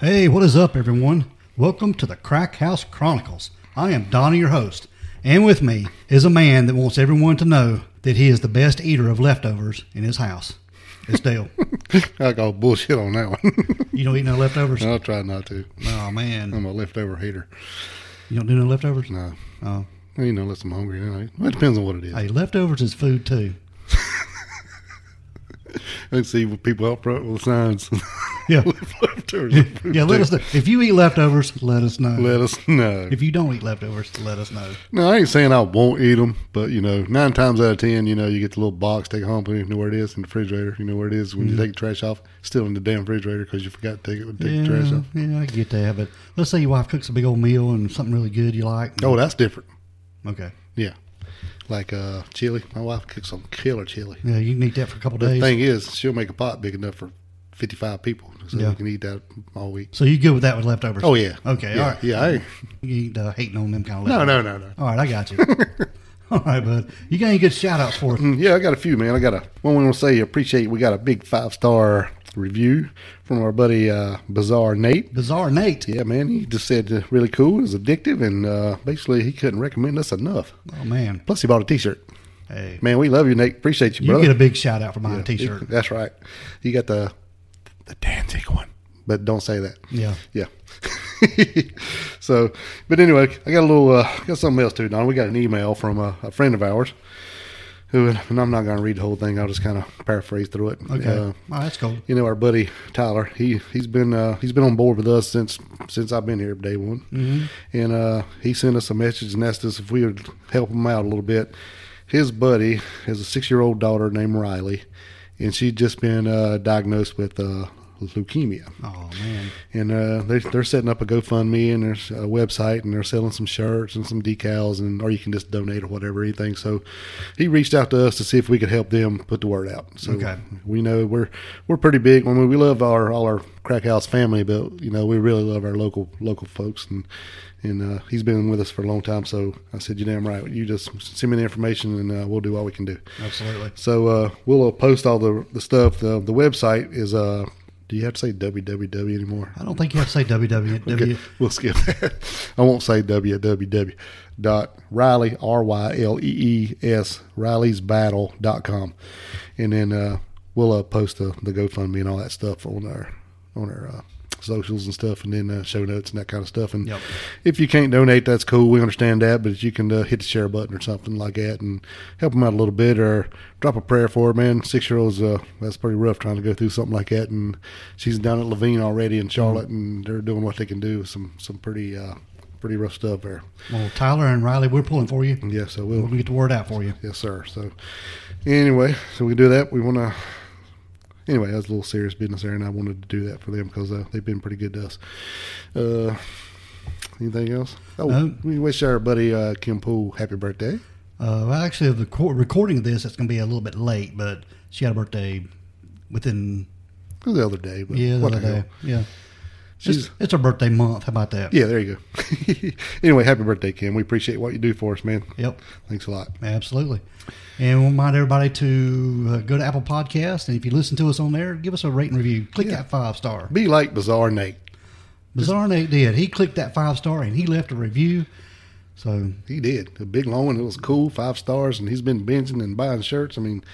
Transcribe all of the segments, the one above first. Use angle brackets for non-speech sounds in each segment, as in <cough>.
Hey, what is up, everyone? Welcome to the Crack House Chronicles. I am Donnie, your host, and with me is a man that wants everyone to know that he is the best eater of leftovers in his house. It's <laughs> Dale. I call bullshit on that one. <laughs> you don't eat no leftovers? I'll try not to. Oh, man. I'm a leftover hater. You don't do no leftovers? No. Oh. You know, unless I'm hungry. you know. Well, it depends on what it is. I Hey, leftovers is food, too. can see what people out front with signs. <laughs> Yeah. Leftovers. Yeah, let us know. If you eat leftovers, let us know. <laughs> Let us know. If you don't eat leftovers, let us know. No, I ain't saying I won't eat them, but you know, nine times out of ten, you know, you get the little box, take it home, put it, you know where it is in the refrigerator. You know where it is when you Mm-hmm. take the trash off, still in the damn refrigerator because you forgot to take it, take the trash Yeah, off. yeah, I get that. But let's say your wife cooks a big old meal and something really good you like. Oh, that's different. Okay. Yeah, like uh, chili. My wife cooks some killer chili. Yeah, you can eat that for a couple The days. thing is, she'll make a pot big enough for fifty-five people, so Yeah. you can eat that all week. So you good with that with leftovers? Oh yeah. Okay. Yeah. All right. Yeah. I ain't- You ain't uh, hating on them kind of no, leftovers. no, no, no. All right, I <laughs> got you. All right, bud. You got any good shout outs for us? Mm, Yeah, I got a few, man. I got a one we want to say appreciate. We got a big five star review from our buddy uh, Bizarre Nate. Bizarre Nate. Yeah, man. He just said uh, really cool. It was addictive, and uh, basically he couldn't recommend us enough. Oh, man. Plus, he bought a T-shirt. Hey. Man, we love you, Nate. Appreciate you, You brother. get a big shout out for my t shirt. <laughs> That's right. You got the the Danzig one, but don't say that. Yeah. Yeah. <laughs> so, but anyway, I got a little, uh, got something else too, Don. We got an email from a, a friend of ours who, and I'm not going to read the whole thing. I'll just kind of paraphrase through it. Okay. Uh, All right, that's cool. you know our buddy Tyler. He he's been uh, he's been on board with us since since I've been here day one, mm-hmm. and uh, he sent us a message and asked us if we would help him out a little bit. His buddy has a six year old daughter named Riley, and she's just been uh, diagnosed with uh, leukemia Oh, man. and uh, they, they're setting up a GoFundMe and there's a website and they're selling some shirts and some decals and or you can just donate or whatever anything. So he reached out to us to see if we could help them put the word out. So Okay. we know we're we're pretty big. I mean, we love our all our crack house family, but you know we really love our local local folks and and uh, he's been with us for a long time. So I said, you damn right. You just send me the information and uh, we'll do all we can do. Absolutely. So uh, we'll uh, post all the the stuff. The, the website is uh. Do you have to say www anymore? I don't think you have to say WW. <laughs> Okay, we'll skip that. <laughs> I won't say www. Dot Riley R Y L E E S Riley's Battle dot com, and then uh, we'll uh, post the, the GoFundMe and all that stuff on our on our uh, socials and stuff, and then uh, show notes and that kind of stuff. And Yep. if you can't donate, that's cool. We understand that, but if you can uh, hit the share button or something like that and help them out a little bit, or drop a prayer for her, man. Six year olds, uh, that's pretty rough trying to go through something like that. And she's down at Levine already in Charlotte, and they're doing what they can do. Some some pretty uh, pretty rough stuff there. Well, Tyler and Riley, we're pulling for you. Yeah, so We'll we'll get the word out for you. yes sir. So anyway, so we do that. We want to. Anyway, that was a little serious business there, and I wanted to do that for them because uh, they've been pretty good to us. Uh, anything else? Oh, No. we wish our buddy uh, Kim Poole happy birthday. Uh, well, actually, the recor- recording of this, it's going to be a little bit late, but she had a birthday within, It was the other day, but yeah, the what other the hell? day. Yeah. She's It's, it's her birthday month. How about that? yeah, there you go. <laughs> anyway, happy birthday, Kim. We appreciate what you do for us, man. Yep. Thanks a lot. Absolutely. And we remind everybody to uh, go to Apple Podcasts. And if you listen to us on there, give us a rate and review. Click that five star. Be like Bizarre Nate. Bizarre Nate did. He clicked that five star and he left a review. So, He did a big long one. It was cool, five stars, and he's been binging and buying shirts. I mean,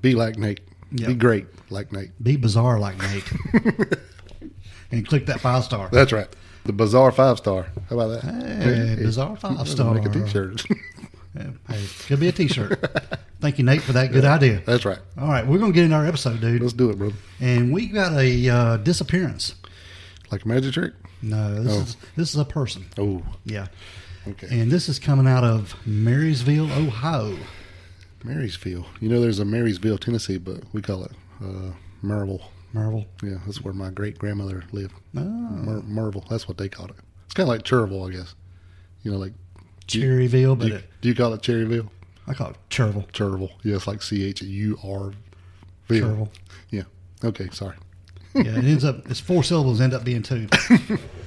be like Nate. Yeah. Be great like Nate. be bizarre like Nate. <laughs> and click that five star. That's right. The Bizarre Five Star. How about that? Hey, Bizarre Five Let's Make a Star. T-shirt. <laughs> Yeah, Hey, could be a t shirt. Thank you, Nate, for that good idea. That's right. All right, we're going to get in our episode, dude. Let's do it, brother. And we got a uh, disappearance. Like a magic trick? No, this Oh. is this is a person. Oh, Yeah. okay. And this is coming out of Marysville, Ohio. Marysville. You know, there's a Marysville, Tennessee, but we call it uh, Merville. Marvel. Yeah, that's where my great grandmother lived. Oh, Mer- Merville. That's what they called it. It's kind of like Cherville, I guess. You know, like Cherryville, do but you, it, do you call it Cherryville? I call it Cherville. Cherville. Yeah, it's like C H U R. Cherville. Yeah. Okay. Sorry. Yeah, it ends up, it's four syllables, end up being two.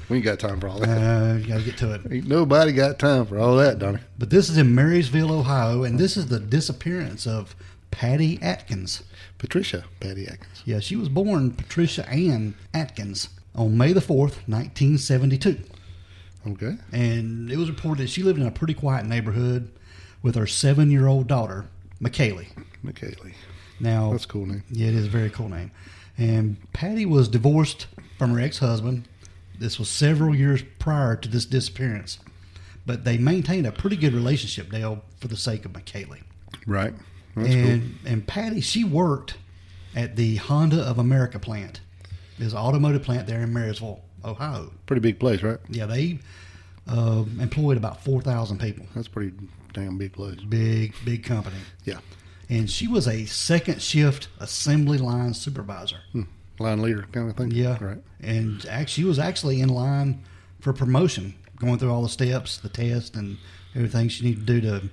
We ain't got time for all that. Uh, you got to get to it. Ain't nobody got time for all that, Donnie. But this is in Marysville, Ohio, and this is the disappearance of Patty Atkins. Patricia Patty Atkins. Yeah, she was born Patricia Ann Atkins on May the 4th, 1972. Okay. And it was reported that she lived in a pretty quiet neighborhood with her seven year old daughter, McKaylee. McKaylee. Now, That's a cool name. Yeah, it is a very cool name. And Patty was divorced from her ex husband. This was several years prior to this disappearance. But they maintained a pretty good relationship, Dale, for the sake of McKaylee. Right. That's And, and Patty, she worked at the Honda of America plant, this automotive plant there in Marysville, Ohio. cool. Pretty big place, right? Yeah, they uh, employed about 4,000 people. That's pretty damn big place. Big, big company. Yeah. And she was a second shift assembly line supervisor. Hmm. Line leader kind of thing. Yeah. Right. And act- she was actually in line for promotion, going through all the steps, the test, and everything she needed to do to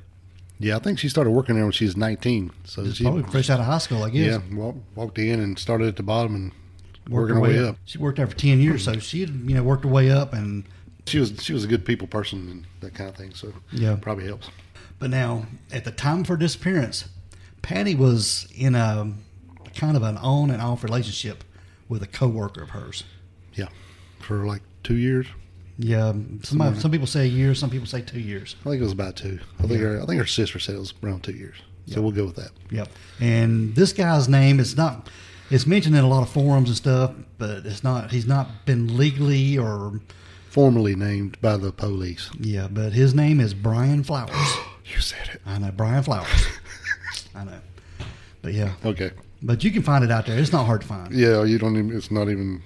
Yeah, I think she started working there when she was 19. So she probably fresh out of high school, I guess. yeah, walked, walked in and started at the bottom and working her her way up. She worked there for ten years, so she had, you know worked her way up. And She was she was a good people person and that kind of thing. So Yeah. probably helps. but now at the time of her disappearance, Patty was in a kind of an on and off relationship with a coworker of hers. Yeah, for like two years. Yeah, some some people say a year, some people say two years. I think it was about two. I think her I think her sister said it was around two years. So we'll go with that. Yep. And this guy's name is not it's mentioned in a lot of forums and stuff, but it's not he's not been legally or Formally named by the police. yeah, but his name is Brian Flowers. <gasps> You said it. I know Brian Flowers. I know. But yeah. Okay. But you can find it out there. It's not hard to find. Yeah, you don't even. It's not even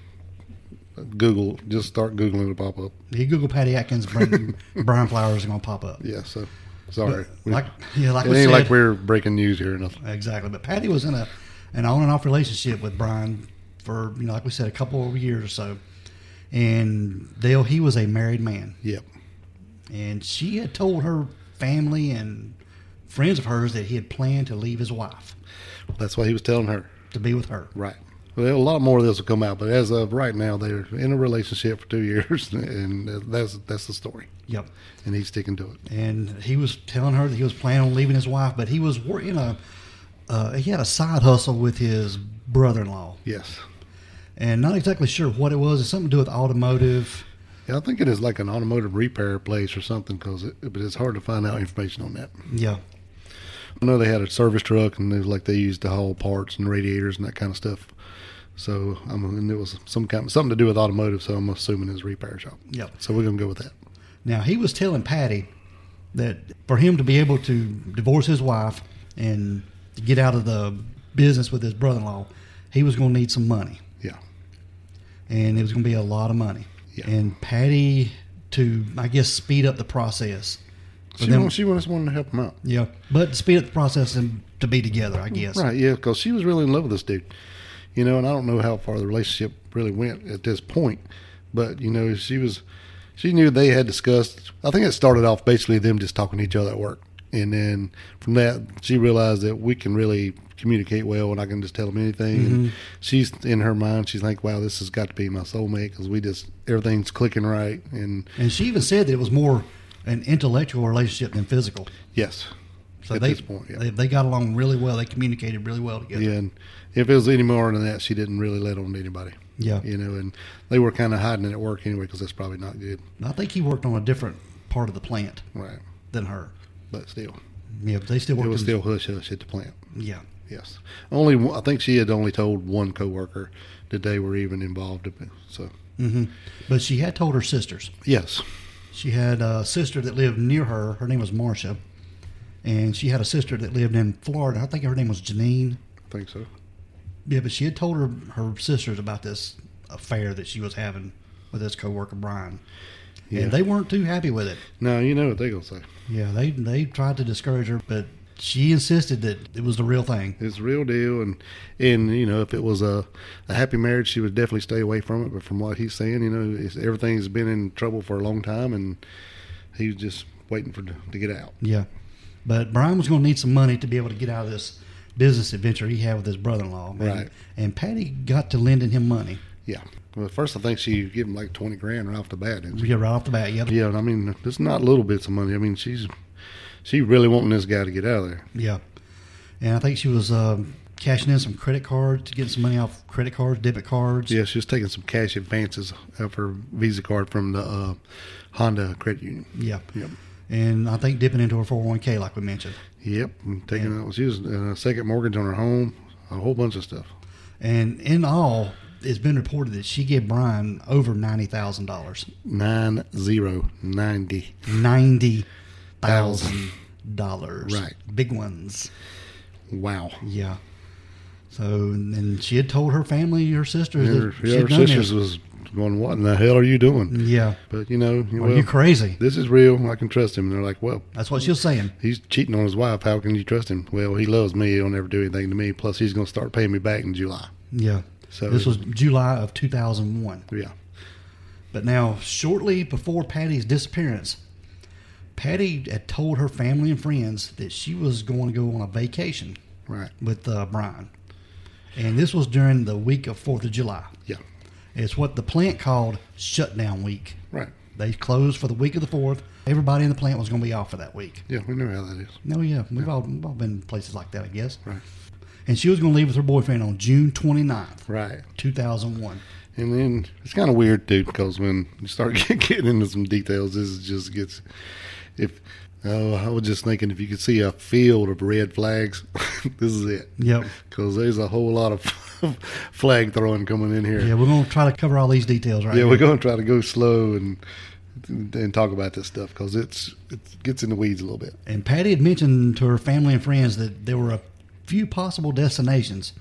Google. Just start googling to pop up. You Google Patty Atkins, Brian, <laughs> Brian Flowers is gonna pop up. Yeah. So sorry. We- Like yeah, like it we ain't said, like we're breaking news here or nothing. exactly. But Patty was in a an on and off relationship with Brian for you know, like we said, a couple of years or so. And Dale, he was a married man. Yep. and she had told her family and friends of hers that he had planned to leave his wife That's what he was telling her. to be with her. Right. Well, a lot more of this will come out, but as of right now, they're in a relationship for two <laughs> years, and that's that's the story, Yep. and he's sticking to it. And he was telling her that he was planning on leaving his wife, but he was wor- in a uh, he had a side hustle with his brother-in-law, Yes. and not exactly sure what it was. It's something to do with automotive. Yeah, I think it is like an automotive repair place or something, because it, but it's hard to find out information on that. Yeah. I know they had a service truck, and it was like they used to haul parts and radiators and that kind of stuff. So, I'm, and it was some kind something to do with automotive. So, I'm assuming it's a repair shop. Yep. So we're gonna go with that. Now he was telling Patty that for him to be able to divorce his wife and to get out of the business with his brother-in-law, he was going to need some money. Yeah. and it was going to be a lot of money. Yeah. And Patty, to I guess speed up the process, She, then- wa- she just wanted to help him out. yeah, but to speed up the process and to be together, I guess. Right, yeah, because she was really in love with this dude, you know, and I don't know how far the relationship really went at this point, but you know, she was, she knew they had discussed. I think it started off basically them just talking to each other at work, and then from that she realized that we can really communicate well, and I can just tell them anything. Mm-hmm. And she's in her mind, she's like, wow, this has got to be my soulmate because we just everything's clicking right, and And she even said that it was more an intellectual relationship than physical. yes, So at they, this point, yeah. they they got along really well. They communicated really well together. Yeah, and if it was any more than that, she didn't really let on to anybody. Yeah. you know, and they were kind of hiding it at work anyway because that's probably not good, And I think he worked on a different part of the plant right? than her. But still, Yeah, but they still it worked. was in- still hush hush at the plant. yeah. Yes, only one- I think she had only told one coworker that they were even involved. So hmm But she had told her sisters. yes, She had a sister that lived near her. Her name was Marcia. And she had a sister that lived in Florida. I think her name was Janine. I think so. Yeah, but she had told her, her sisters about this affair that she was having with his coworker Brian, Yeah. and they weren't too happy with it. Now you know what they're gonna say. Yeah, they they tried to discourage her, but she insisted that it was the real thing. It's the real deal, and and you know if it was a, a happy marriage, she would definitely stay away from it. But from what he's saying, you know, it's, everything's been in trouble for a long time, and he was just waiting for to get out. Yeah, but Brian was going to need some money to be able to get out of this business adventure he had with his brother-in-law. And- Right. And Patty got to lending him money. Yeah. Well, at first I think she gave him like twenty grand right off the bat. Didn't she? Yeah, right off the bat. Yeah. Yeah, and I mean, it's not little bits of money. I mean, she's she really wanting this guy to get out of there. Yeah. And I think she was um, cashing in some credit cards to get some money off credit cards, debit cards. Yeah, she was taking some cash advances of her Visa card from the uh, Honda Credit Union. Yeah. Yep. And I think dipping into her 401k, like we mentioned. Yep, and taking out. She was uh, second mortgage on her home, a whole bunch of stuff. And in all, it's been reported that she gave Brian over ninety thousand dollars. Nine zero ninety. Ninety thousand dollars. Right. Big ones. Wow. Yeah. So and she had told her family, her sisters, And her, that she had her done sisters this. was going, "What in the hell are you doing?" Yeah. But you know, Are well, you crazy? this is real. I can trust him. And they're like, "Well, That's what she was saying. he's cheating on his wife. How can you trust him?" Well, he loves me. He'll never do anything to me. Plus, he's going to start paying me back in July. Yeah. So- this was July of two thousand one. Yeah. But now, shortly before Patty's disappearance, Patty had told her family and friends that she was going to go on a vacation Right. with uh, Brian. And this was during the week of 4th of July. Yeah. It's what the plant called shutdown week. Right. They closed for the week of the 4th. Everybody in the plant was going to be off for that week. Yeah, we know how that is. No, yeah, we've all, we've all been in places like that, I guess. Right. And she was going to leave with her boyfriend on June 29th, Right. 2001. And then it's kind of weird, dude, because when you start <laughs> get- getting into some details, this is just gets. If oh, I was just thinking, if you could see a field of red flags, <laughs> this is it. Yep. Because there's a whole lot of <laughs> flag throwing coming in here. Yeah, we're going to try to cover all these details right Yeah, here. we're going to try to go slow and and talk about this stuff because it's it gets in the weeds a little bit. And Patty had mentioned to her family and friends that there were a few possible destinations,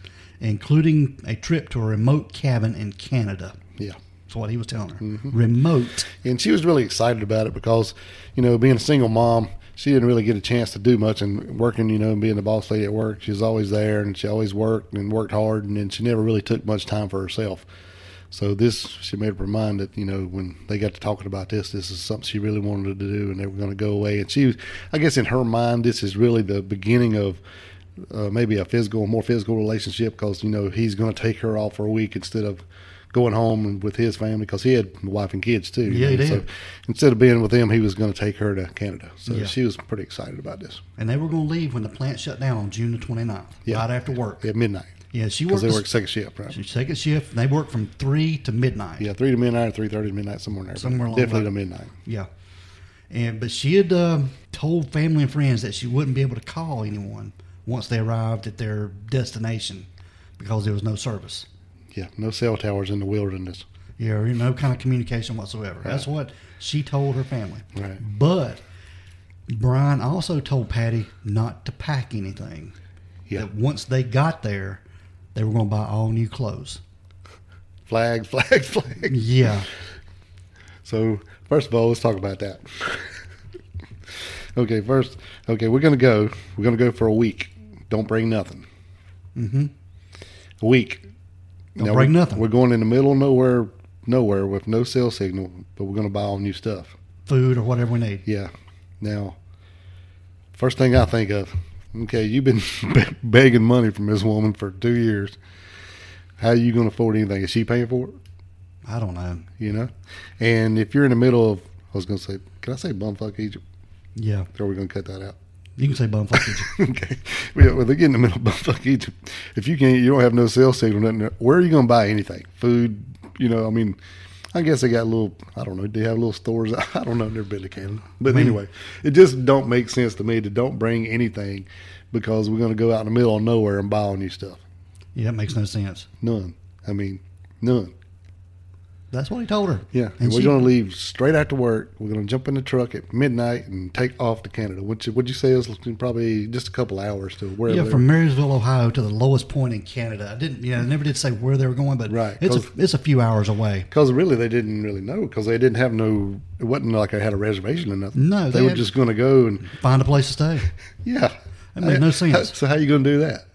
including a trip to a remote cabin in Canada. Yeah. That's what he was telling her. Mm-hmm. Remote. and she was really excited about it because you know being a single mom she didn't really get a chance to do much and working you know and being the boss lady at work she was always there and she always worked and worked hard and then she never really took much time for herself so this she made up her mind that you know when they got to talking about this this is something she really wanted to do and they were going to go away and she was i guess in her mind this is really the beginning of uh, maybe a physical, more physical relationship because you know he's going to take her off for a week instead of going home and with his family because he had a wife and kids too. you Yeah, he know, did. So instead of being with them, he was going to take her to Canada. So Yeah. she was pretty excited about this And they were going to leave when the plant shut down on June the 29th, Yeah. right after work. at midnight Yeah, she worked because they the work second shift, right? s- second shift, and they worked from 3 to midnight. Yeah, three to midnight or three thirty to midnight somewhere in there. but Somewhere along definitely that. to midnight. Yeah. And But she had uh, told family and friends that she wouldn't be able to call anyone once they arrived at their destination because there was no service. Yeah, no cell towers in the wilderness. Yeah, or no kind of communication whatsoever. That's what she told her family. Right. But Brian also told Patty not to pack anything. Yeah, That once they got there, they were going to buy all new clothes. flag, <laughs> flag, flag. Yeah. So first of all, let's talk about that. <laughs> okay, first, okay, we're gonna go. We're gonna go for a week. Don't bring nothing. Mm-hmm. A week. Don't bring we- nothing. We're going in the middle of nowhere, nowhere with no cell signal, but we're gonna buy all new stuff. Food or whatever we need. Yeah. Now, first thing I think of, okay, you've been <laughs> be- begging money from this woman for two years. How are you gonna afford anything? Is she paying for it? I don't know. you know. And if you're in the middle of, I was gonna say, can I say bumfuck Egypt? Yeah. Or are we gonna cut that out? <laughs> You can say bumfuckage. okay, well, well, they get in the middle of bumfuck Egypt. If you can't, you don't have no cell signal. Nothing. Where are you gonna buy anything? Food? You know, I mean. I guess they got little. I don't know. They have little stores. <laughs> I don't know. I've never been to Canada, but anyway, it just don't make sense to me to don't bring anything because we're going to go out in the middle of nowhere and buy all new stuff. yeah, that makes no sense. None. I mean, none. That's what he told her. Yeah, and, and we're she- going to leave straight after work. We're going to jump in the truck at midnight and take off to Canada, which would you say is probably just a couple hours to wherever. Yeah, from Marysville, Ohio, to the lowest point in Canada. I didn't, yeah, I never did say where they were going, but Right, it's a, 'cause- it's a few hours away. because really, they didn't really know because they didn't have no. It wasn't like they had a reservation or nothing. No, they, they were had- just going to go and Find a place to stay. yeah. That made no sense. So how you going to do that?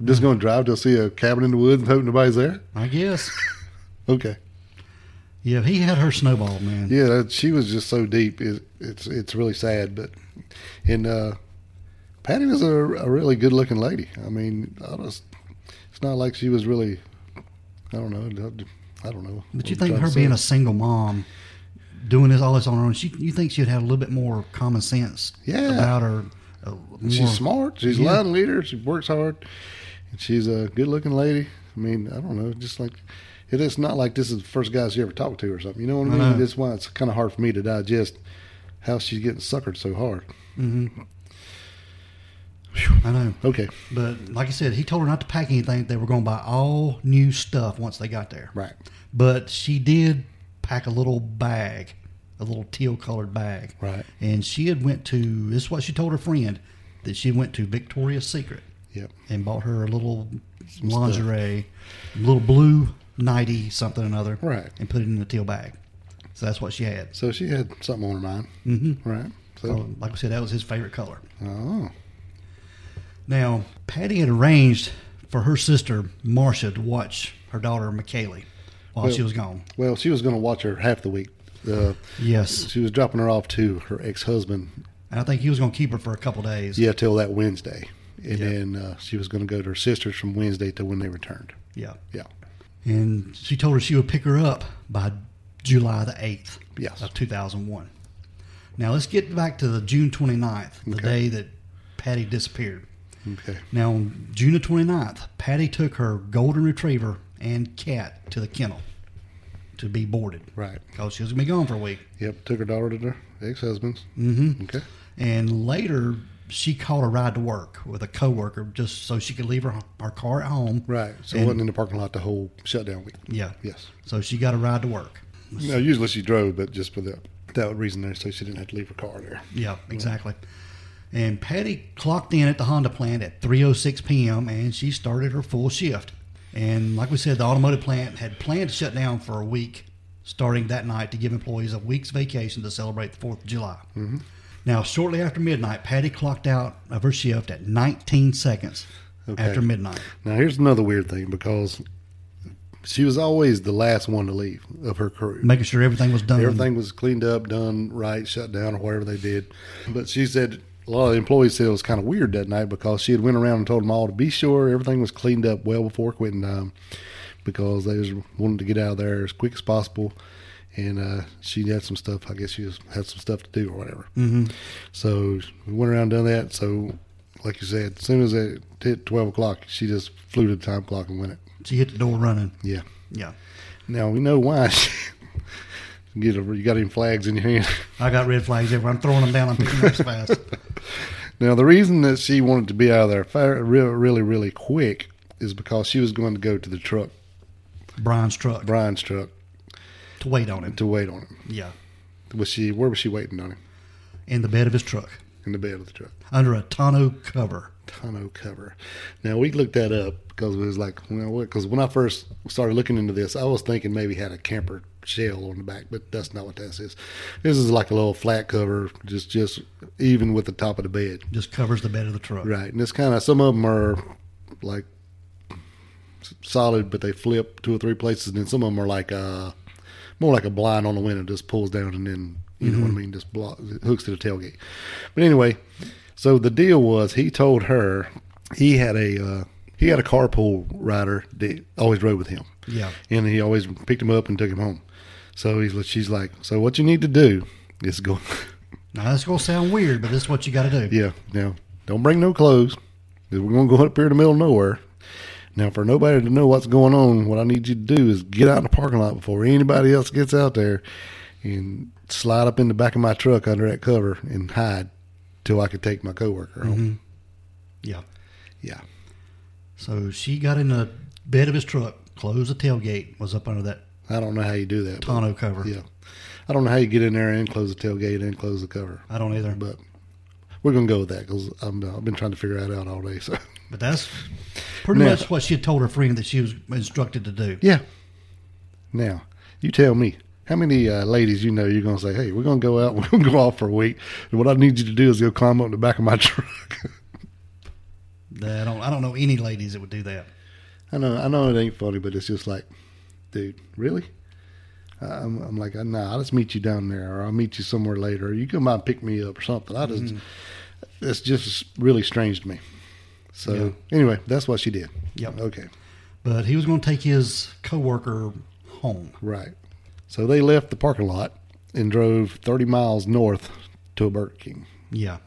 I'm just going to drive to see a cabin in the woods and hope nobody's there. I guess. Okay. Yeah, he had her snowball, man. Yeah, that- she was just so deep. It, it's it's really sad, but and uh, Patty was a, a really good looking lady. I mean, I was, it's not like she was really. I don't know. I don't know. But you think her being a single mom, doing this all this on her own, she, you think she'd have a little bit more common sense Yeah. about her? uh, more- she's smart. She's a Yeah. line leader. She works hard. And she's a good looking lady. I mean, I don't know. Just like it is not like this is the first guy she ever talked to or something. You know what I I mean? know. That's why it's kind of hard for me to digest how she's getting suckered so hard. I know. Okay, But like I said, he told her not to pack anything. They were going to buy all new stuff once they got there. right. But she did pack a little bag, a little teal colored bag. Right. And she had went to this is what she told her friend that she went to Victoria's Secret Yep. and bought her a little lingerie, little blue nighty something or another. Right. And put it in the teal bag. So that's what she had. So she had something on her mind, Mm-hmm. right? So, So, like I said, that was his favorite color. oh, Now, Patty had arranged for her sister, Marcia, to watch her daughter, McKaylee, while Well- she was gone. well, she was going to watch her half the week. Uh, Yes. she was dropping her off to her ex husband, And I think he was going to keep her for a couple days. yeah, till that Wednesday, and Yeah. then uh, she was going to go to her sister's from Wednesday till when they returned. Yeah. Yeah, And she told her she would pick her up by July the 8th Yes. of 2001. Now, let's get back to the June 29th, the Okay. day that Patty disappeared. okay, Now, on June the 29th, Patty took her golden retriever and cat to the kennel to be boarded right. because she was going to be gone for a week. Yep, took her daughter to her ex husband's. hmm Okay, And later, she caught a ride to work with a coworker just so she could leave her, her car at home. right. So And- it wasn't in the parking lot the whole shutdown week. Yeah. Yes. So she got a ride to work. No, usually she drove, but just for that that reason there, so she didn't have to leave her car there. Yeah, exactly. And Patty clocked in at the Honda plant at 3:06 p.m. and she started her full shift. And like we said, the automotive plant had planned to shut down for a week starting that night to give employees a week's vacation to celebrate the 4th of July. Now, shortly after midnight, Patty clocked out of her shift at 19 seconds Okay. after midnight. Now here's another weird thing because she was always the last one to leave of her crew. making sure everything was done. Everything was cleaned up, done right, shut down, or whatever they did. But she said a lot of the employees said it was kind of weird that night because she had went around and told them all to be sure everything was cleaned up well before quitting time because they was wanted to get out of there as quick as possible. And uh, she had some stuff. I guess she was, had some stuff to do or whatever. Mm-hmm. So we went around and done that. So, like you said, as soon as it hit twelve o'clock, she just flew to the time clock and went it. She hit the door running. Yeah. Yeah, Now we know why. <laughs> She, get over. You got any flags in your hand? I got red flags everywhere. I'm throwing them down. I'm picking up fast. Now, the reason that she wanted to be out of there fa- really, really, really quick is because she was going to go to the truck, Brian's truck Brian's truck, to wait on him. to wait on him. Yeah, Was she? Where was she waiting on him? in the bed of his truck In the bed of the truck. under a tonneau cover. Tonneau cover. Now we looked that up because it was like, you know what? Because when I first started looking into this, I was thinking maybe had a camper shell on the back, but that's not what this is. This is like a little flat cover, just just even with the top of the bed. Just covers the bed of the truck. Right, and it's kind of some of them are like s- solid, but they flip two or three places, and then some of them are like uh, more like a blind on the window, just pulls down and then you know what I mean, just block, hooks to the tailgate. But anyway, so the deal was he told her he had a uh, he had a carpool rider that always rode with him, Yeah. and he always picked him up and took him home. So he's she's like, so what you need to do is go. Now that's gonna sound weird, but this is what you got to do. Yeah. Now, don't bring no clothes. 'cause We're going to go up here in the middle of nowhere. Now, for nobody to know what's going on, what I need you to do is get out in the parking lot before anybody else gets out there and slide up in the back of my truck under that cover and hide till I could take my coworker home. Yeah. Yeah. So she got in the bed of his truck, closed the tailgate, was up under that I don't know how you do that. but- tonneau cover. yeah. I don't know how you get in there and close the tailgate and close the cover, I don't either. But, but we're going to go with that because I've been trying to figure that out all day. So, <laughs> that's pretty Now- much what she had told her friend that she was instructed to do. yeah. Now, you tell me. How many uh, ladies you know you're going to say, hey, we're going to go out, <laughs> we're going to go off for a week, and what I need you to do is go climb up the back of my <laughs> truck? I don't. I don't know any ladies that would do that. I know, I know it ain't funny, but it's just like, dude, really? I- I'm, I'm like, "Uh, nah, I'll just meet you down there, or I'll meet you somewhere later, or you come by and pick me up, or something. I just, it's just really strange to me. So anyway, that's what she did. Yep. Okay. But he was going to take his coworker home. Right. So they left the parking lot and drove 30 miles north to a Burger King. Yeah.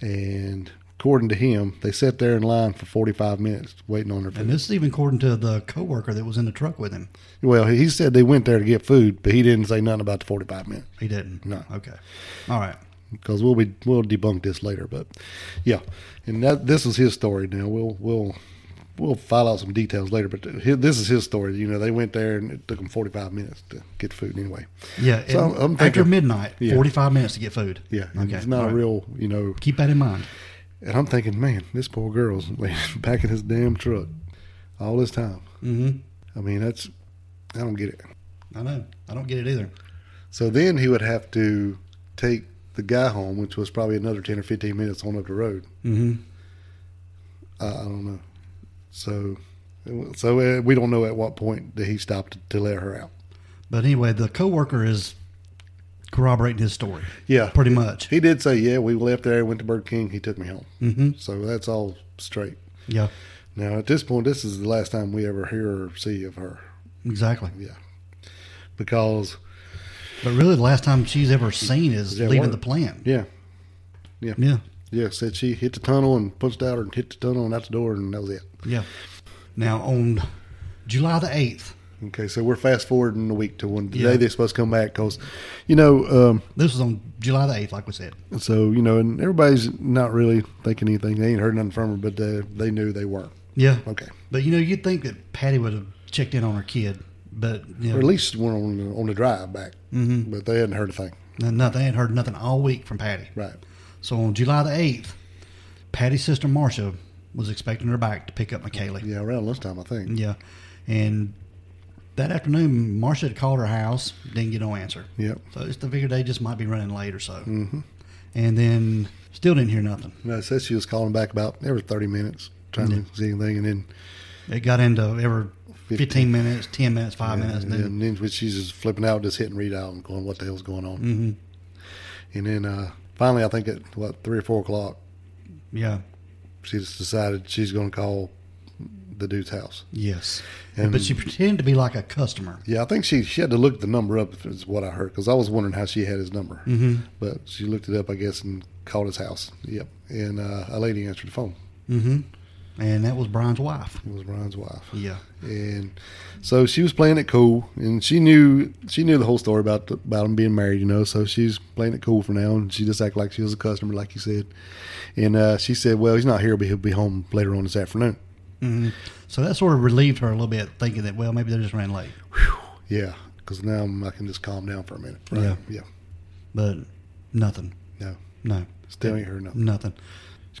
And according to him, they sat there in line for 45 minutes waiting on their food. And this is even according to the coworker that was in the truck with him. well, he said they went there to get food, but he didn't say nothing about the 45 minutes. He didn't. No. Okay. All right. because we'll be we'll debunk this later. But yeah, and that this is his story. Now we'll we'll we'll file out some details later. But hi- this is his story. You know, they went there and it took them forty five minutes to get food anyway. Yeah. and So I'm- I'm after thinking- midnight, yeah. 45 minutes to get food. Yeah, and Okay. it's not All a right. real you know. Keep that in mind. And I'm thinking, man, this poor girl's <laughs> laying back in his damn truck all this time. Mm-hmm. I mean, that's I don't get it. I know. I don't get it either. So then he would have to take the guy home, which was probably another ten or fifteen minutes on up the road. Mm-hmm. I, I don't know. So, so uh, we don't know at what point that he stopped to, to let her out. But anyway, the coworker is corroborating his story. Yeah, Pretty much. he did say, "Yeah, we left there, went to Burger King. He took me home." Mm-hmm. So that's all straight. Yeah. Now at this point, this is the last time we ever hear or see of her. Exactly. Yeah, because But really, the last time she's ever seen is Is at leaving work. the plant. yeah, Yeah. yeah, said she hit the tunnel and punched out and hit the tunnel and out the door, and that was it. Yeah. Now, on July the 8th, Okay, so we're fast forwarding a week to when the Yeah. day they're supposed to come back because, you know, um, this was on July the 8th, like we said. So you know, and everybody's not really thinking anything. They ain't heard nothing from her, but uh, they knew they were Yeah. okay, But, you know, you'd think that Patty would have checked in on her kid, but, you know, or at least one on the, on the drive back. Mm-hmm. But they hadn't heard a thing, nothing. I had heard nothing all week from Patty. right? So on July the 8th, Patty's sister, Marcia, was expecting her back to pick up McKaylee. Yeah, around lunchtime, I think. Yeah. And that afternoon, Marcia had called her house, didn't get no answer. Yep. So it's the figure they just might be running late or so. Mm-hmm. And then still didn't hear nothing. No, it says she was calling back about every thirty minutes trying to see anything, and then It got into every 15, 15 minutes, 10 minutes, 5 minutes. And and, then, then, then when she's just flipping out, just hitting read out and going, "What the hell's going on?" Mm. Mm-hmm. And then uh, finally, I think at what three or four o'clock, yeah. she just decided she's going to call the dude's house. Yes. And- but she pretended to be like a customer. Yeah, I think she she had to look the number up. Is what I heard because I was wondering how she had his number, mm-hmm. but she looked it up, I guess, and called his house. Yep, and uh, a lady answered the phone. Mm-hmm. And that was Brian's wife. It was Ryan's wife, Yeah. and so she was playing it cool, and she knew she knew the whole story about the, about him being married, you know. So she's playing it cool for now, and she just acted like she was a customer, like you said. And uh, she said, "Well, he's not here, but he'll be home later on this afternoon." hmm So that sort of relieved her a little bit, thinking that, well, maybe they just ran late. Yeah, because now I can just calm down for a minute. Yeah. yeah, But nothing. no, No. still ain't heard nothing. Nothing.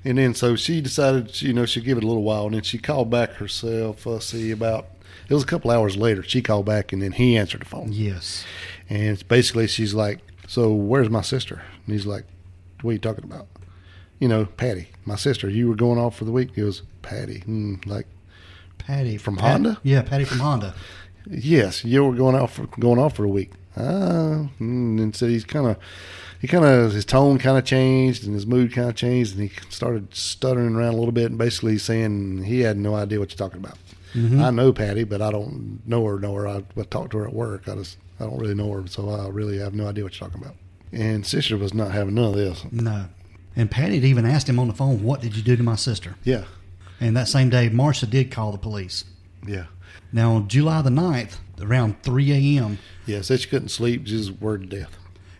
And then so she decided, you know, she'd give it a little while, and then she called back herself. Uh, see, about it was a couple hours later. She called back, and then he answered the phone. Yes. And it's basically, she's like, "So where's my sister?" And he's like, "What are you talking about?" You know, Patty, my sister. You were going off for the week. He goes, "Patty, mm, like, Patty From Pat- Honda? Yeah, Patty from Honda. yes, you were going off for going off for a week." Ah, mm, and so he's kind of, he kind of his tone kind of changed and his mood kind of changed, and he started stuttering around a little bit and basically saying he had no idea what you're talking about. I know Patty, but I don't know her. Know her. I, I talked to her at work. I just I don't really know her, so I really have no idea what you're talking about. And sister was not having none of this. No. And Patty had even asked him on the phone, "What did you do to my sister?" Yeah, And that same day, Marcia did call the police. yeah, Now, on July the 9th, around 3 a.m., yeah. Said she couldn't sleep, just worried to death.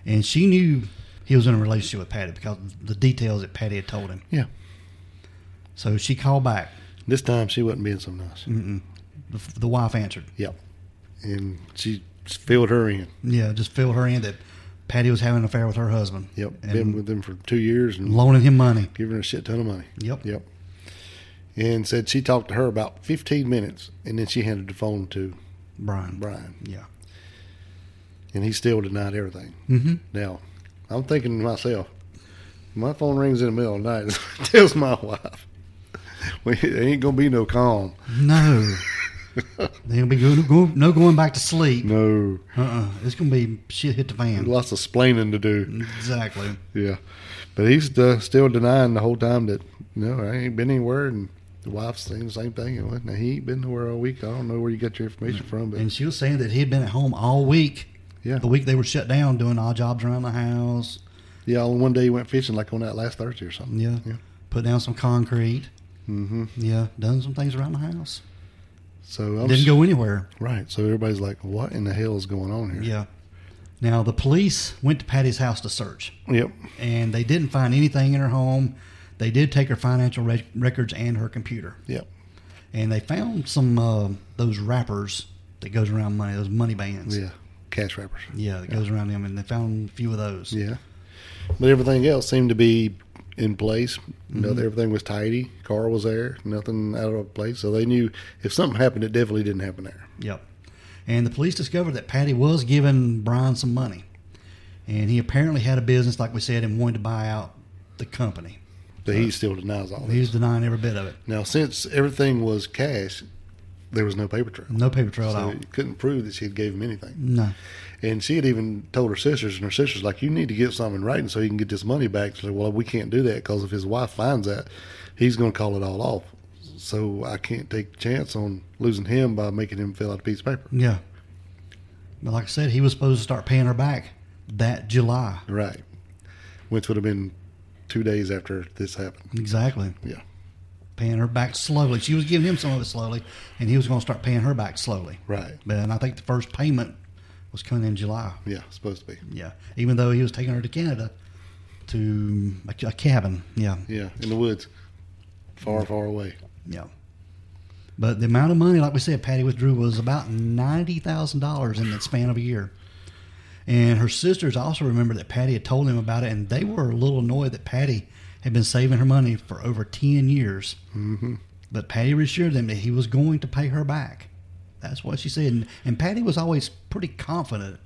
and she knew he was in a relationship with Patty because of the details that Patty had told him. Yeah. So she called back. This time she wasn't being so nice. The, the wife answered. Yep. and she just filled her in. Yeah, just filled her in that Patty was having an affair with her husband. Yep, And been with them for two years and loaning him money. giving her a shit ton of money. Yep. Yep. And said she talked to her about 15 minutes, and then she handed the phone to Brian. Brian, Yeah. and he still denied everything. Mm-hmm. Now, I'm thinking to myself, my phone rings in the middle of the night. <laughs> It tells my wife, <laughs> we, there ain't gonna be no calm. No. They'll be go, go, no going back to sleep. No, Uh-uh. It's gonna be shit hit the fan. lots of splaining to do. Exactly. Yeah, but he's uh, still denying the whole time that no, I ain't been anywhere, and the wife's saying the same thing. And what, Now he ain't been nowhere all week. I don't know where you got your information from, but And she was saying that he had been at home all week. Yeah. The week they were shut down, doing odd jobs around the house. yeah, on one day he went fishing like on that last Thursday or something. Mm-hmm. Yeah. yeah. Put down some concrete. Mm-hmm. Yeah. Done some things around the house. So I'm Didn't go anywhere. right. So everybody's like, "What in the hell is going on here?" Yeah. Now the police went to Patty's house to search. Yep. and they didn't find anything in her home. They did take her financial rec- records and her computer, Yep. and they found some uh, those wrappers that goes around money, those money bands. Yeah, cash wrappers. yeah, that goes around them, and they found a few of those. Yeah, but everything else seemed to be in place. Mm-hmm. Nothing, everything was tidy. Car was there. Nothing out of place. So they knew if something happened, it definitely didn't happen there. Yep. And the police discovered that Patty was giving Brian some money, and he apparently had a business, like we said, and wanted to buy out the company. But he still denies all He's this. denying every bit of it. Now, since everything was cash, there was no paper trail. No paper trail at So all. you couldn't prove that she had gave him anything. No. And she had even told her sisters, and her sisters like, "You need to get something in writing so he can get this money back." She said, "Well, we can't do that because if his wife finds that, he's going to call it all off. So I can't take a chance on losing him by making him fill out a piece of paper." Yeah. But like I said, he was supposed to start paying her back that July. Right, which would have been two days after this happened. Exactly. Yeah, paying her back slowly. She was giving him some of it slowly, and he was going to start paying her back slowly. right. But and I think the first payment was coming in July. Yeah, supposed to be. Yeah, even though he was taking her to Canada to a, a cabin. Yeah, Yeah, in the woods, far, far away. yeah. But the amount of money, like we said, Patty withdrew was about ninety thousand dollars in the span of a year. And her sisters also remember that Patty had told them about it, and they were a little annoyed that Patty had been saving her money for over ten years. Mm-hmm. But Patty reassured them that he was going to pay her back. That's what she said, and, and Patty was always pretty confident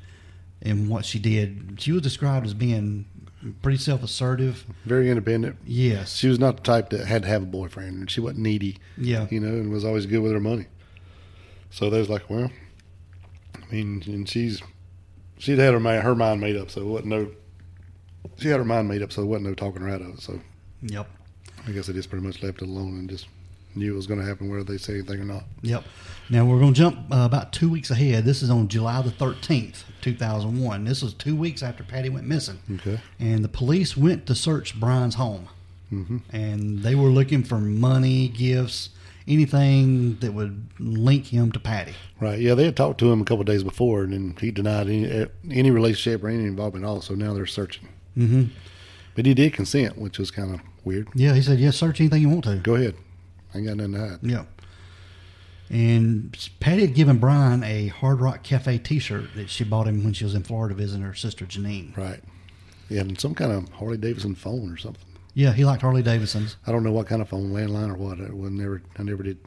in what she did. She was described as being pretty self-assertive. Very independent. Yes, She was not the type that had to have a boyfriend, and she wasn't needy. Yeah. you know, and was always good with her money. So they was like, well, I mean, and she's she'd had her ma her mind made up, so it wasn't no. She had her mind made up, so there wasn't no talking her out of it. So yep. I guess they just pretty much left it alone and just knew it was going to happen, whether they said anything or not. Yep. Now we're going to jump uh, about two weeks ahead. This is on July the 13th, 2001. This was two weeks after Patty went missing. Okay. And the police went to search Brian's home. Mm-hmm. And they were looking for money, gifts, anything that would link him to Patty. Right. Yeah, they had talked to him a couple of days before, and then he denied any eh, any relationship or any involvement at all. So now they're searching. Mm-hmm. But he did consent, which was kind of weird. Yeah, he said, yes, search anything you want to. Go ahead. I ain't got nothing to hide. Yeah. And Patty had given Brian a Hard Rock Cafe t shirt that she bought him when she was in Florida visiting her sister Janine. Right. Yeah, and some kind of Harley Davidson phone or something. Yeah, he liked Harley Davidson's. I don't know what kind of phone, landline or what. I was never, I never did.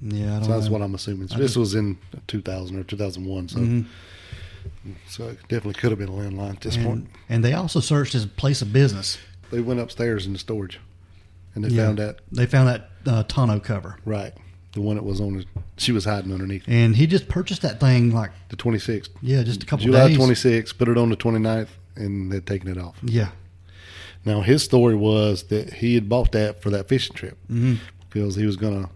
Yeah, I don't So that's know. what I'm assuming. So this was in 2000 or 2001, so so it definitely could have been a landline at this point. and, and they also searched his place of business. They went upstairs in the storage, and they found that They found that uh, tonneau cover, right the one that was on. The, she was hiding underneath and he just purchased that thing like the 26th. yeah, just a couple July days. 26th, put it on the 29th, and they'd taken it off. Yeah, Now his story was that he had bought that for that fishing trip because he was gonna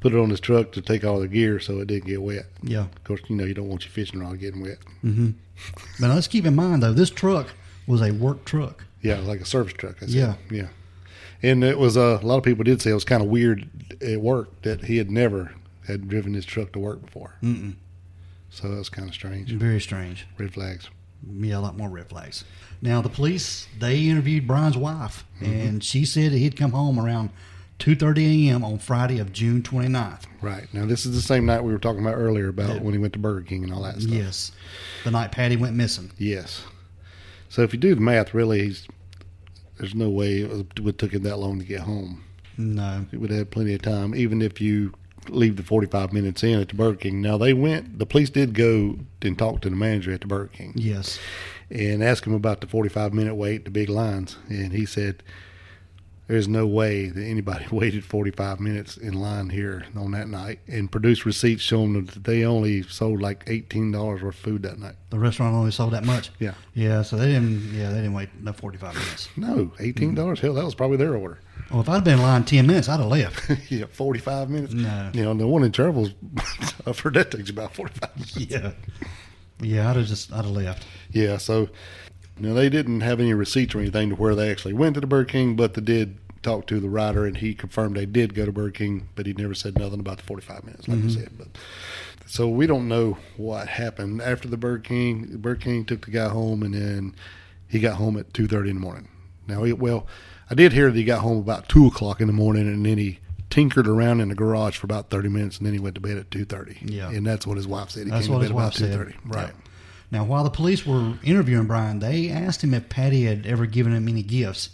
put it on his truck to take all the gear so it didn't get wet. yeah. Of course, you know you don't want your fishing rod getting wet. But let's keep in mind though, this truck was a work truck. Yeah, it was like a service truck. I said. Yeah. yeah. And it was uh, a lot of people did say it was kind of weird at work that he had never had driven his truck to work before. Mm-mm. So that was kind of strange. Very strange. Red flags. Yeah, a lot more red flags. Mm-hmm. Now the police they interviewed Brian's wife, and she said that he'd come home around 2.30 a.m. on Friday of June 29th. Right. Now, this is the same night we were talking about earlier about when he went to Burger King and all that stuff. Yes. The night Patty went missing. Yes. So if you do the math, really, he's, there's no way it would- would took him that long to get home. No. It would have had plenty of time, even if you leave the 45 minutes in at the Burger King. Now, they went, the police did go and talk to the manager at the Burger King Yes. and asked him about the 45 minute wait, the big lines. And he said, There's no way that anybody <laughs> waited 45 minutes in line here on that night. And produced receipts showing them that they only sold like $18 worth of food that night. The restaurant only sold that much. Yeah. Yeah. So they didn't. Yeah, they didn't wait no 45 minutes. No, $18? dollars Hell, that was probably their order. Well, if I'd been in line 10 minutes, I'd have left. <laughs> <laughs> yeah, 45 minutes. No. You know, the one in Charleville's, <laughs> I've heard that takes about 45 minutes. yeah. Yeah, I'd have just. I'd have left. Yeah, so now they didn't have any receipts or anything to where they actually went to the Burger King, but they did talk to the rider and he confirmed they did go to Burger King, but he never said nothing about the 45 minutes, like Mm-hmm. I said. But so we don't know what happened after the Burger King. Burger King took the guy home, and then he got home at 2:30 in the morning. Now, he, well, I did hear that he got home about two o'clock in the morning, and then he tinkered around in the garage for about 30 minutes, and then he went to bed at 2:30. Yeah. and that's what his wife said. He That's came what to his bed wife about said. 2:30. Right. Yeah. Now, while the police were interviewing Brian, they asked him if Patty had ever given him any gifts.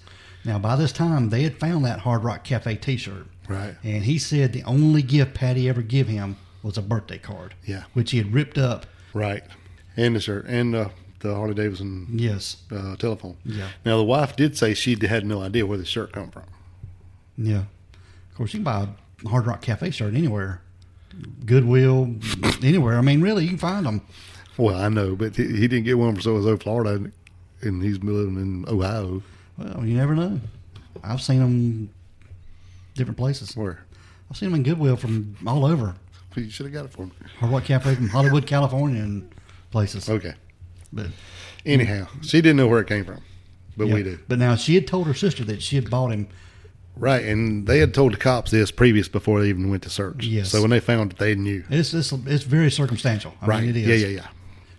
Now, by this time, they had found that Hard Rock Cafe T-shirt. Right. And he said the only gift Patty ever gave him was a birthday card. Yeah. Which he had ripped up. Right. And the shirt and uh, the Harley Davidson Yes. uh, telephone. Yeah. Now the wife did say she had no idea where the shirt come from. Yeah. Of course, you can buy a Hard Rock Cafe shirt anywhere. Goodwill, anywhere. I mean, really, you can find them. Well, I know, but he, he didn't get one from so and so Florida, and- and he's living in Ohio. Well, you never know. I've seen them different places. Where? I've seen them in Goodwill from all over. You should have got it for me. Hard Rock Cafe from Hollywood, California, and places. Okay. But Anyhow, she didn't know where it came from, but we yeah. did. But now she had told her sister that she had bought him. Right, and they had told the cops this previous before they even went to search. Yes. So when they found it, they knew. It's it's, it's very circumstantial. I right. mean, it is. Yeah, yeah, yeah.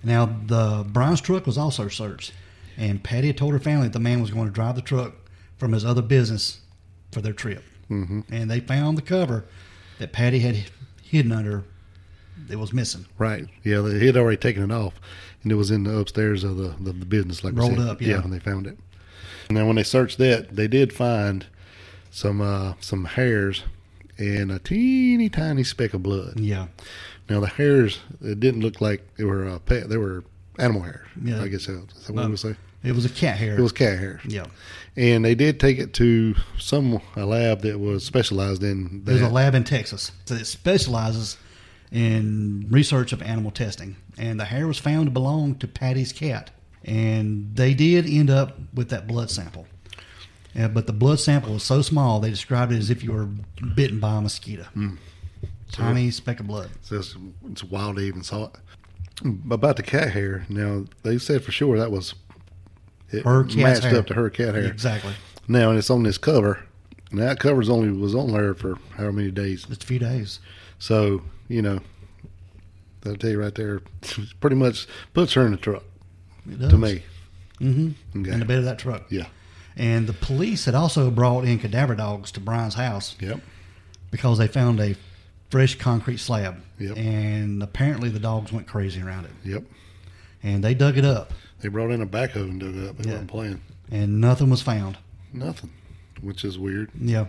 Now the Brian's truck was also searched, and Patty had told her family that the man was going to drive the truck from his other business for their trip. Mm-hmm. And they found the cover that Patty had hidden under. It was missing, Right. Yeah, they, he had already taken it off, and it was in the upstairs of the the, the business, like we Rolled said. up, yeah. and they found it. And then when they searched that, they did find some uh, some hairs and a teeny tiny speck of blood. yeah, Now the hairs, it didn't look like they were uh, pet; they were animal hairs. Yeah. I guess that's is that what we would say. it was a cat hair. It was cat hair. yeah. And they did take it to some a lab that was specialized in that. There's a lab in Texas that specializes in research of animal testing, and the hair was found to belong to Patty's cat, and they did end up with that blood sample. Uh, but the blood sample was so small, they described it as if you were bitten by a mosquito. Hmm. Tiny speck of blood. So it's, it's wild to even saw it. About the cat hair, now they said for sure that was it Her cat's matched hair. up to her cat hair. Exactly. Now, and it's on this cover. And that cover's only was on there for how many days? Just a few days. So you know, I'll tell you right there, <laughs> pretty much puts her in the truck It does. to me. Mm-hmm. In the Okay. bed of that truck. Yeah. And the police had also brought in cadaver dogs to Brian's house. Yep. because they found a fresh concrete slab. Yep. And apparently the dogs went crazy around it. Yep. And they dug it up They brought in a backhoe and dug it up. They Yeah. weren't playing and nothing was found. nothing, which is weird. Yeah.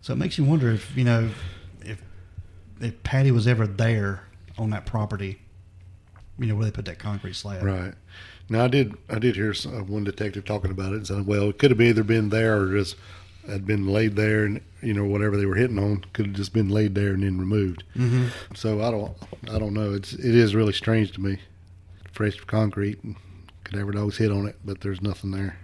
So it makes you wonder if, you know, if if Patty was ever there on that property, you know, where they put that concrete slab. Right. Now I did I did hear some, uh, one detective talking about it and saying, well, it could have either been there or just had been laid there, and you know whatever they were hitting on could have just been laid there and then removed. Mm-hmm. So I don't I don't know. It's it is really strange to me. Fresh concrete, and cadaver dogs hit on it, but there's nothing there.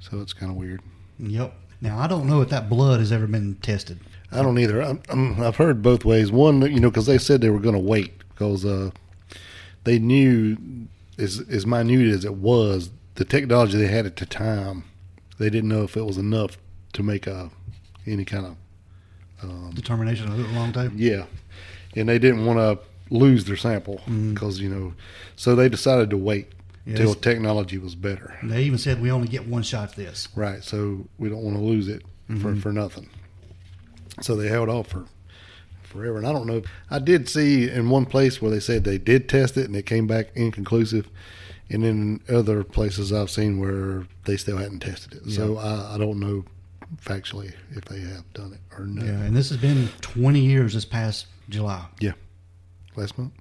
So it's kind of weird. Yep. Now I don't know if that blood has ever been tested. I don't either. I'm, I'm, I've heard both ways. One, you know, because they said they were going to wait because uh, they knew as as minute as it was the technology they had at the time, they didn't know if it was enough to make a any kind of Determination of who it belonged to. yeah, and they didn't want to lose their sample because you know, so they decided to wait Mm. Yeah, till it's- technology was better. They even said we only get one shot at this. Right, so we don't want to lose it. for, for nothing. So they held off for forever. And I don't know. I did see in one place where they said they did test it and it came back inconclusive. And in other places I've seen where they still hadn't tested it. So I, I don't know factually if they have done it or not. Yeah, and this has been 20 years this past July. Yeah. Last month?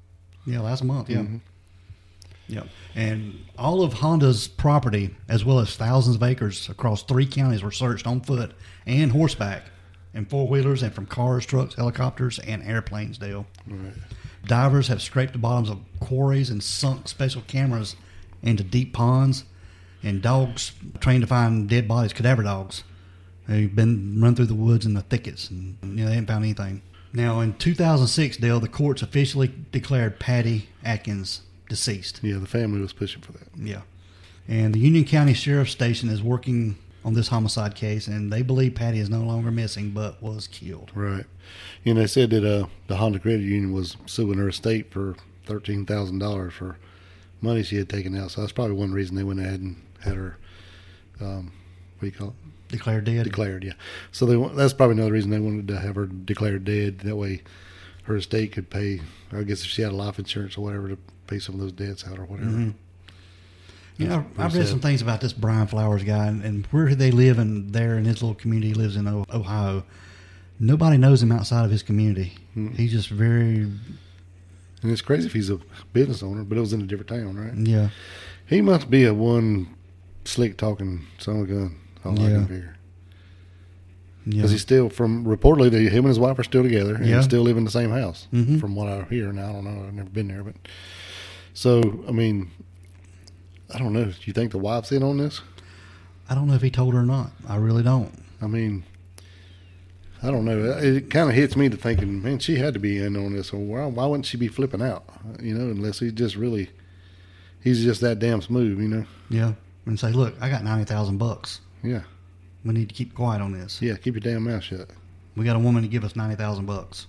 Yeah, last month. Yeah. Yeah. And all of Honda's property, as well as thousands of acres across three counties, were searched on foot and horseback and four wheelers and from cars, trucks, helicopters, and airplanes, Dale. Right. Divers have scraped the bottoms of quarries and sunk special cameras into deep ponds, and dogs trained to find dead bodies, cadaver dogs. They've been run through the woods and the thickets, and you know they haven't found anything. Now, in 2006, Dale, the courts officially declared Patty Atkins deceased. Yeah, the family was pushing for that. Yeah. And the Union County Sheriff's Station is working on this homicide case, and they believe Patty is no longer missing but was killed. Right. And they said that uh, the Honda Credit Union was suing her estate for thirteen thousand dollars for money she had taken out. So that's probably one reason they went ahead and had her. Um, what do you call it? Declared dead. Declared, yeah. So they wa- that's probably another reason they wanted to have her declared dead. That way, her estate could pay. I guess if she had life insurance or whatever to pay some of those debts out or whatever. You know, That's I've pretty read sad. some things about this Brian Flowers guy and, and where they live and there in his little community he lives in O- Ohio. Nobody knows him outside of his community. He's just very And it's crazy if he's a business owner, but it was in a different town, right? yeah. He must be a one slick talking son of a gun. All I Yeah. can figure. yeah. Because he's still from reportedly they, him and his wife are still together and Yeah. still live in the same house Mhm. from what I hear. Now I don't know. I've never been there, but so I mean, I don't know. Do you think the wife's in on this? I don't know if he told her or not. I really don't. I mean, I don't know. It kind of hits me to thinking, man, she had to be in on this. Or why, why wouldn't she be flipping out? You know, unless he just really, he's just that damn smooth. You know? Yeah. And say, look, I got ninety thousand bucks. Yeah, We need to keep quiet on this. yeah. Keep your damn mouth shut. We got a woman to give us ninety thousand bucks.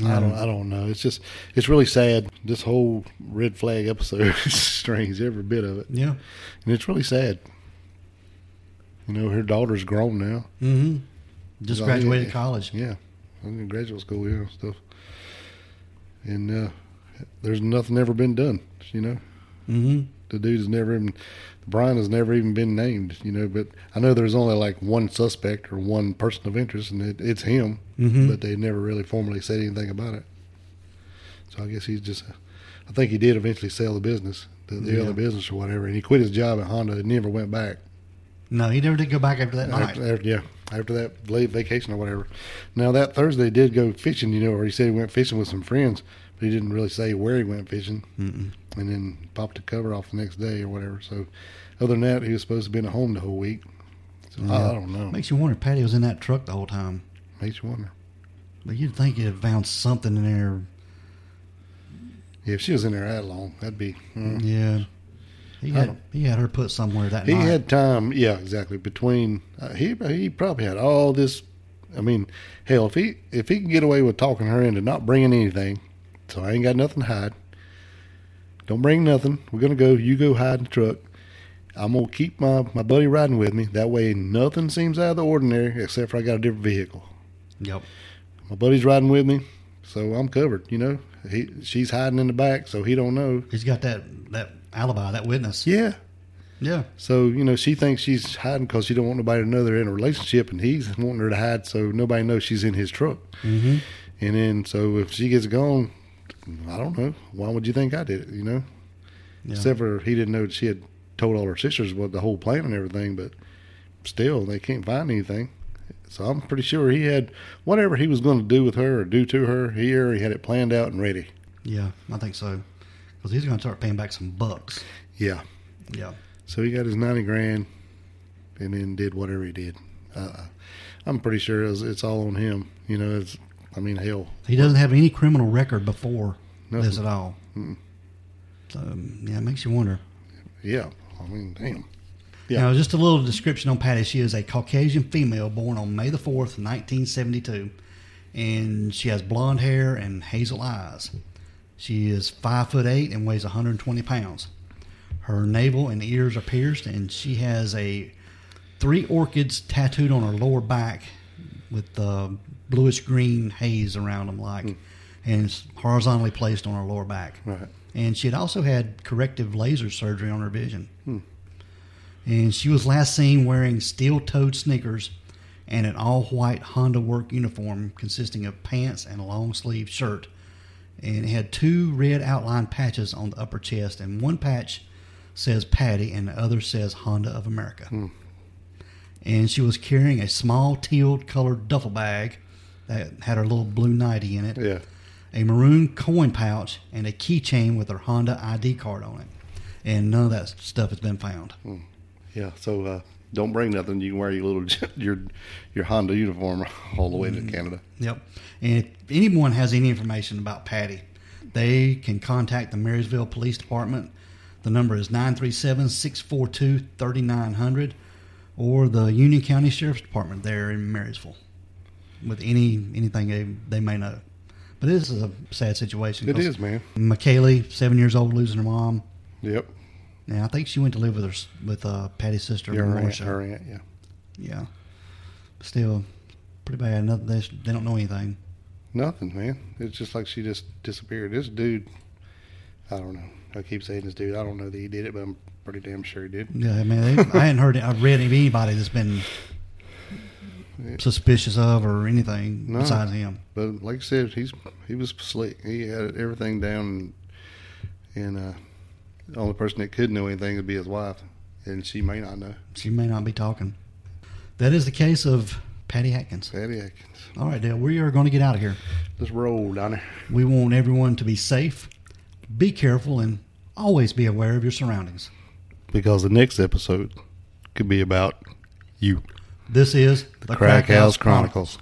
Um, I don't. I don't know. It's just. It's really sad. This whole red flag episode <laughs> is strange. Every bit of it, Yeah. and it's really sad. You know, her daughter's grown now. Mm-hmm. Just Yeah. graduated college. Yeah, I'm in graduate school yeah, and stuff. And uh, there's nothing ever been done. You know, Mm-hmm. the dude's never even. Brian has never even been named. You know, but I know there's only like one suspect or one person of interest, and it, it's him. Mhm. But they never really formally said anything about it. So I guess he's just. uh, I think he did eventually sell the business, the, the Yeah. other business or whatever, and he quit his job at Honda and never went back. No, he never did go back after that night. After, after- yeah, after that late vacation or whatever. Now that Thursday did go fishing, you know, or he said he went fishing with some friends, but he didn't really say where he went fishing. mm And then popped the cover off the next day or whatever. So, other than that, he was supposed to be at home the whole week. So I, I don't know. Makes you wonder if Patty was in that truck the whole time. Makes you wonder. But you'd think you'd have found something in there. Yeah, if she was in there that long, that'd be. mm. Yeah. He I had, don't- he had her put somewhere that He night. had time. Yeah, exactly. Between uh, he he probably had all this. I mean, hell, if he if he can get away with talking her into not bringing anything, so I ain't got nothing to hide. Don't bring nothing. We're gonna go. You go hide in the truck. I'm gonna keep my my buddy riding with me. That way, nothing seems out of the ordinary except for I got a different vehicle. Yep. My buddy's riding with me, so I'm covered. You know, he she's hiding in the back, so he don't know. He's got that, that alibi, that witness. Yeah, Yeah. So you know, she thinks she's hiding because she don't want nobody to know they're in a relationship, and he's wanting her to hide so nobody knows she's in his truck. Mm-hmm. And then, so if she gets gone, I don't know. Why would you think I did it? You know, Yeah. except for he didn't know that she had told all her sisters what the whole plan and everything. But still, they can't find anything. So I'm pretty sure he had whatever he was going to do with her or do to her. He already had it planned out and ready. yeah, I think so. Because he's going to start paying back some bucks. Yeah. Yeah. So he got his ninety grand, and then did whatever he did. Uh, I'm pretty sure it was, it's all on him. You know, it's I mean, hell, He doesn't have any criminal record before Nothing. this at all. So, um, yeah, it makes you wonder. yeah. I mean, damn. Yeah. Yeah. Now, just a little description on Patty. She is a Caucasian female born on May the 4th, 1972, and she has blonde hair and hazel eyes. She is 5 foot 8 and weighs 120 pounds. Her navel and ears are pierced, and she has a three orchids tattooed on her lower back with uh, bluish green haze around them, like, and it's horizontally placed on her lower back. Right. And she had also had corrective laser surgery on her vision. And she was last seen wearing steel toed sneakers and an all white Honda work uniform consisting of pants and a long sleeve shirt. And it had two red outline patches on the upper chest, and one patch says Patty, and the other says Honda of America. And she was carrying a small teal colored duffel bag that had her little blue nightie in it Yeah. a maroon coin pouch, and a keychain with her Honda ID card on it. And none of that stuff has been found. Yeah. So uh, don't bring nothing. You can wear your little <laughs> your your Honda uniform all the way to Canada. Yep. And if anyone has any information about Patty, they can contact the Marysville Police Department. The number is 937 642 3900 or the Union County Sheriff's Department there in Marysville with any anything they, they may know. But this is a sad situation. It 'cause is, man. McKaylee, seven years old, losing her mom. Yep. Now I think she went to live with her s- with uh, Patty's sister Your aunt, Marcia. her aunt. Yeah. Yeah, still pretty bad. Nothing, they, they don't know anything. Nothing, man. It's just like she just disappeared. This dude, I don't know. I keep saying this dude. I don't know that he did it, but I'm pretty damn sure he did. Yeah, I mean, they, I hadn't heard, I've read of anybody that's been suspicious of or anything No. besides him. But like I said, he's he was slick. He had everything down, and uh, the only person that could know anything would be his wife, and she may not know. She may not be talking. That is the case of Patty Atkins. Patty Atkins. All right, Dale, we are going to get out of here. Let's roll, Donner. We want everyone to be safe, be careful, and always be aware of your surroundings. Because the next episode could be about you. This is Crack House Chronicles.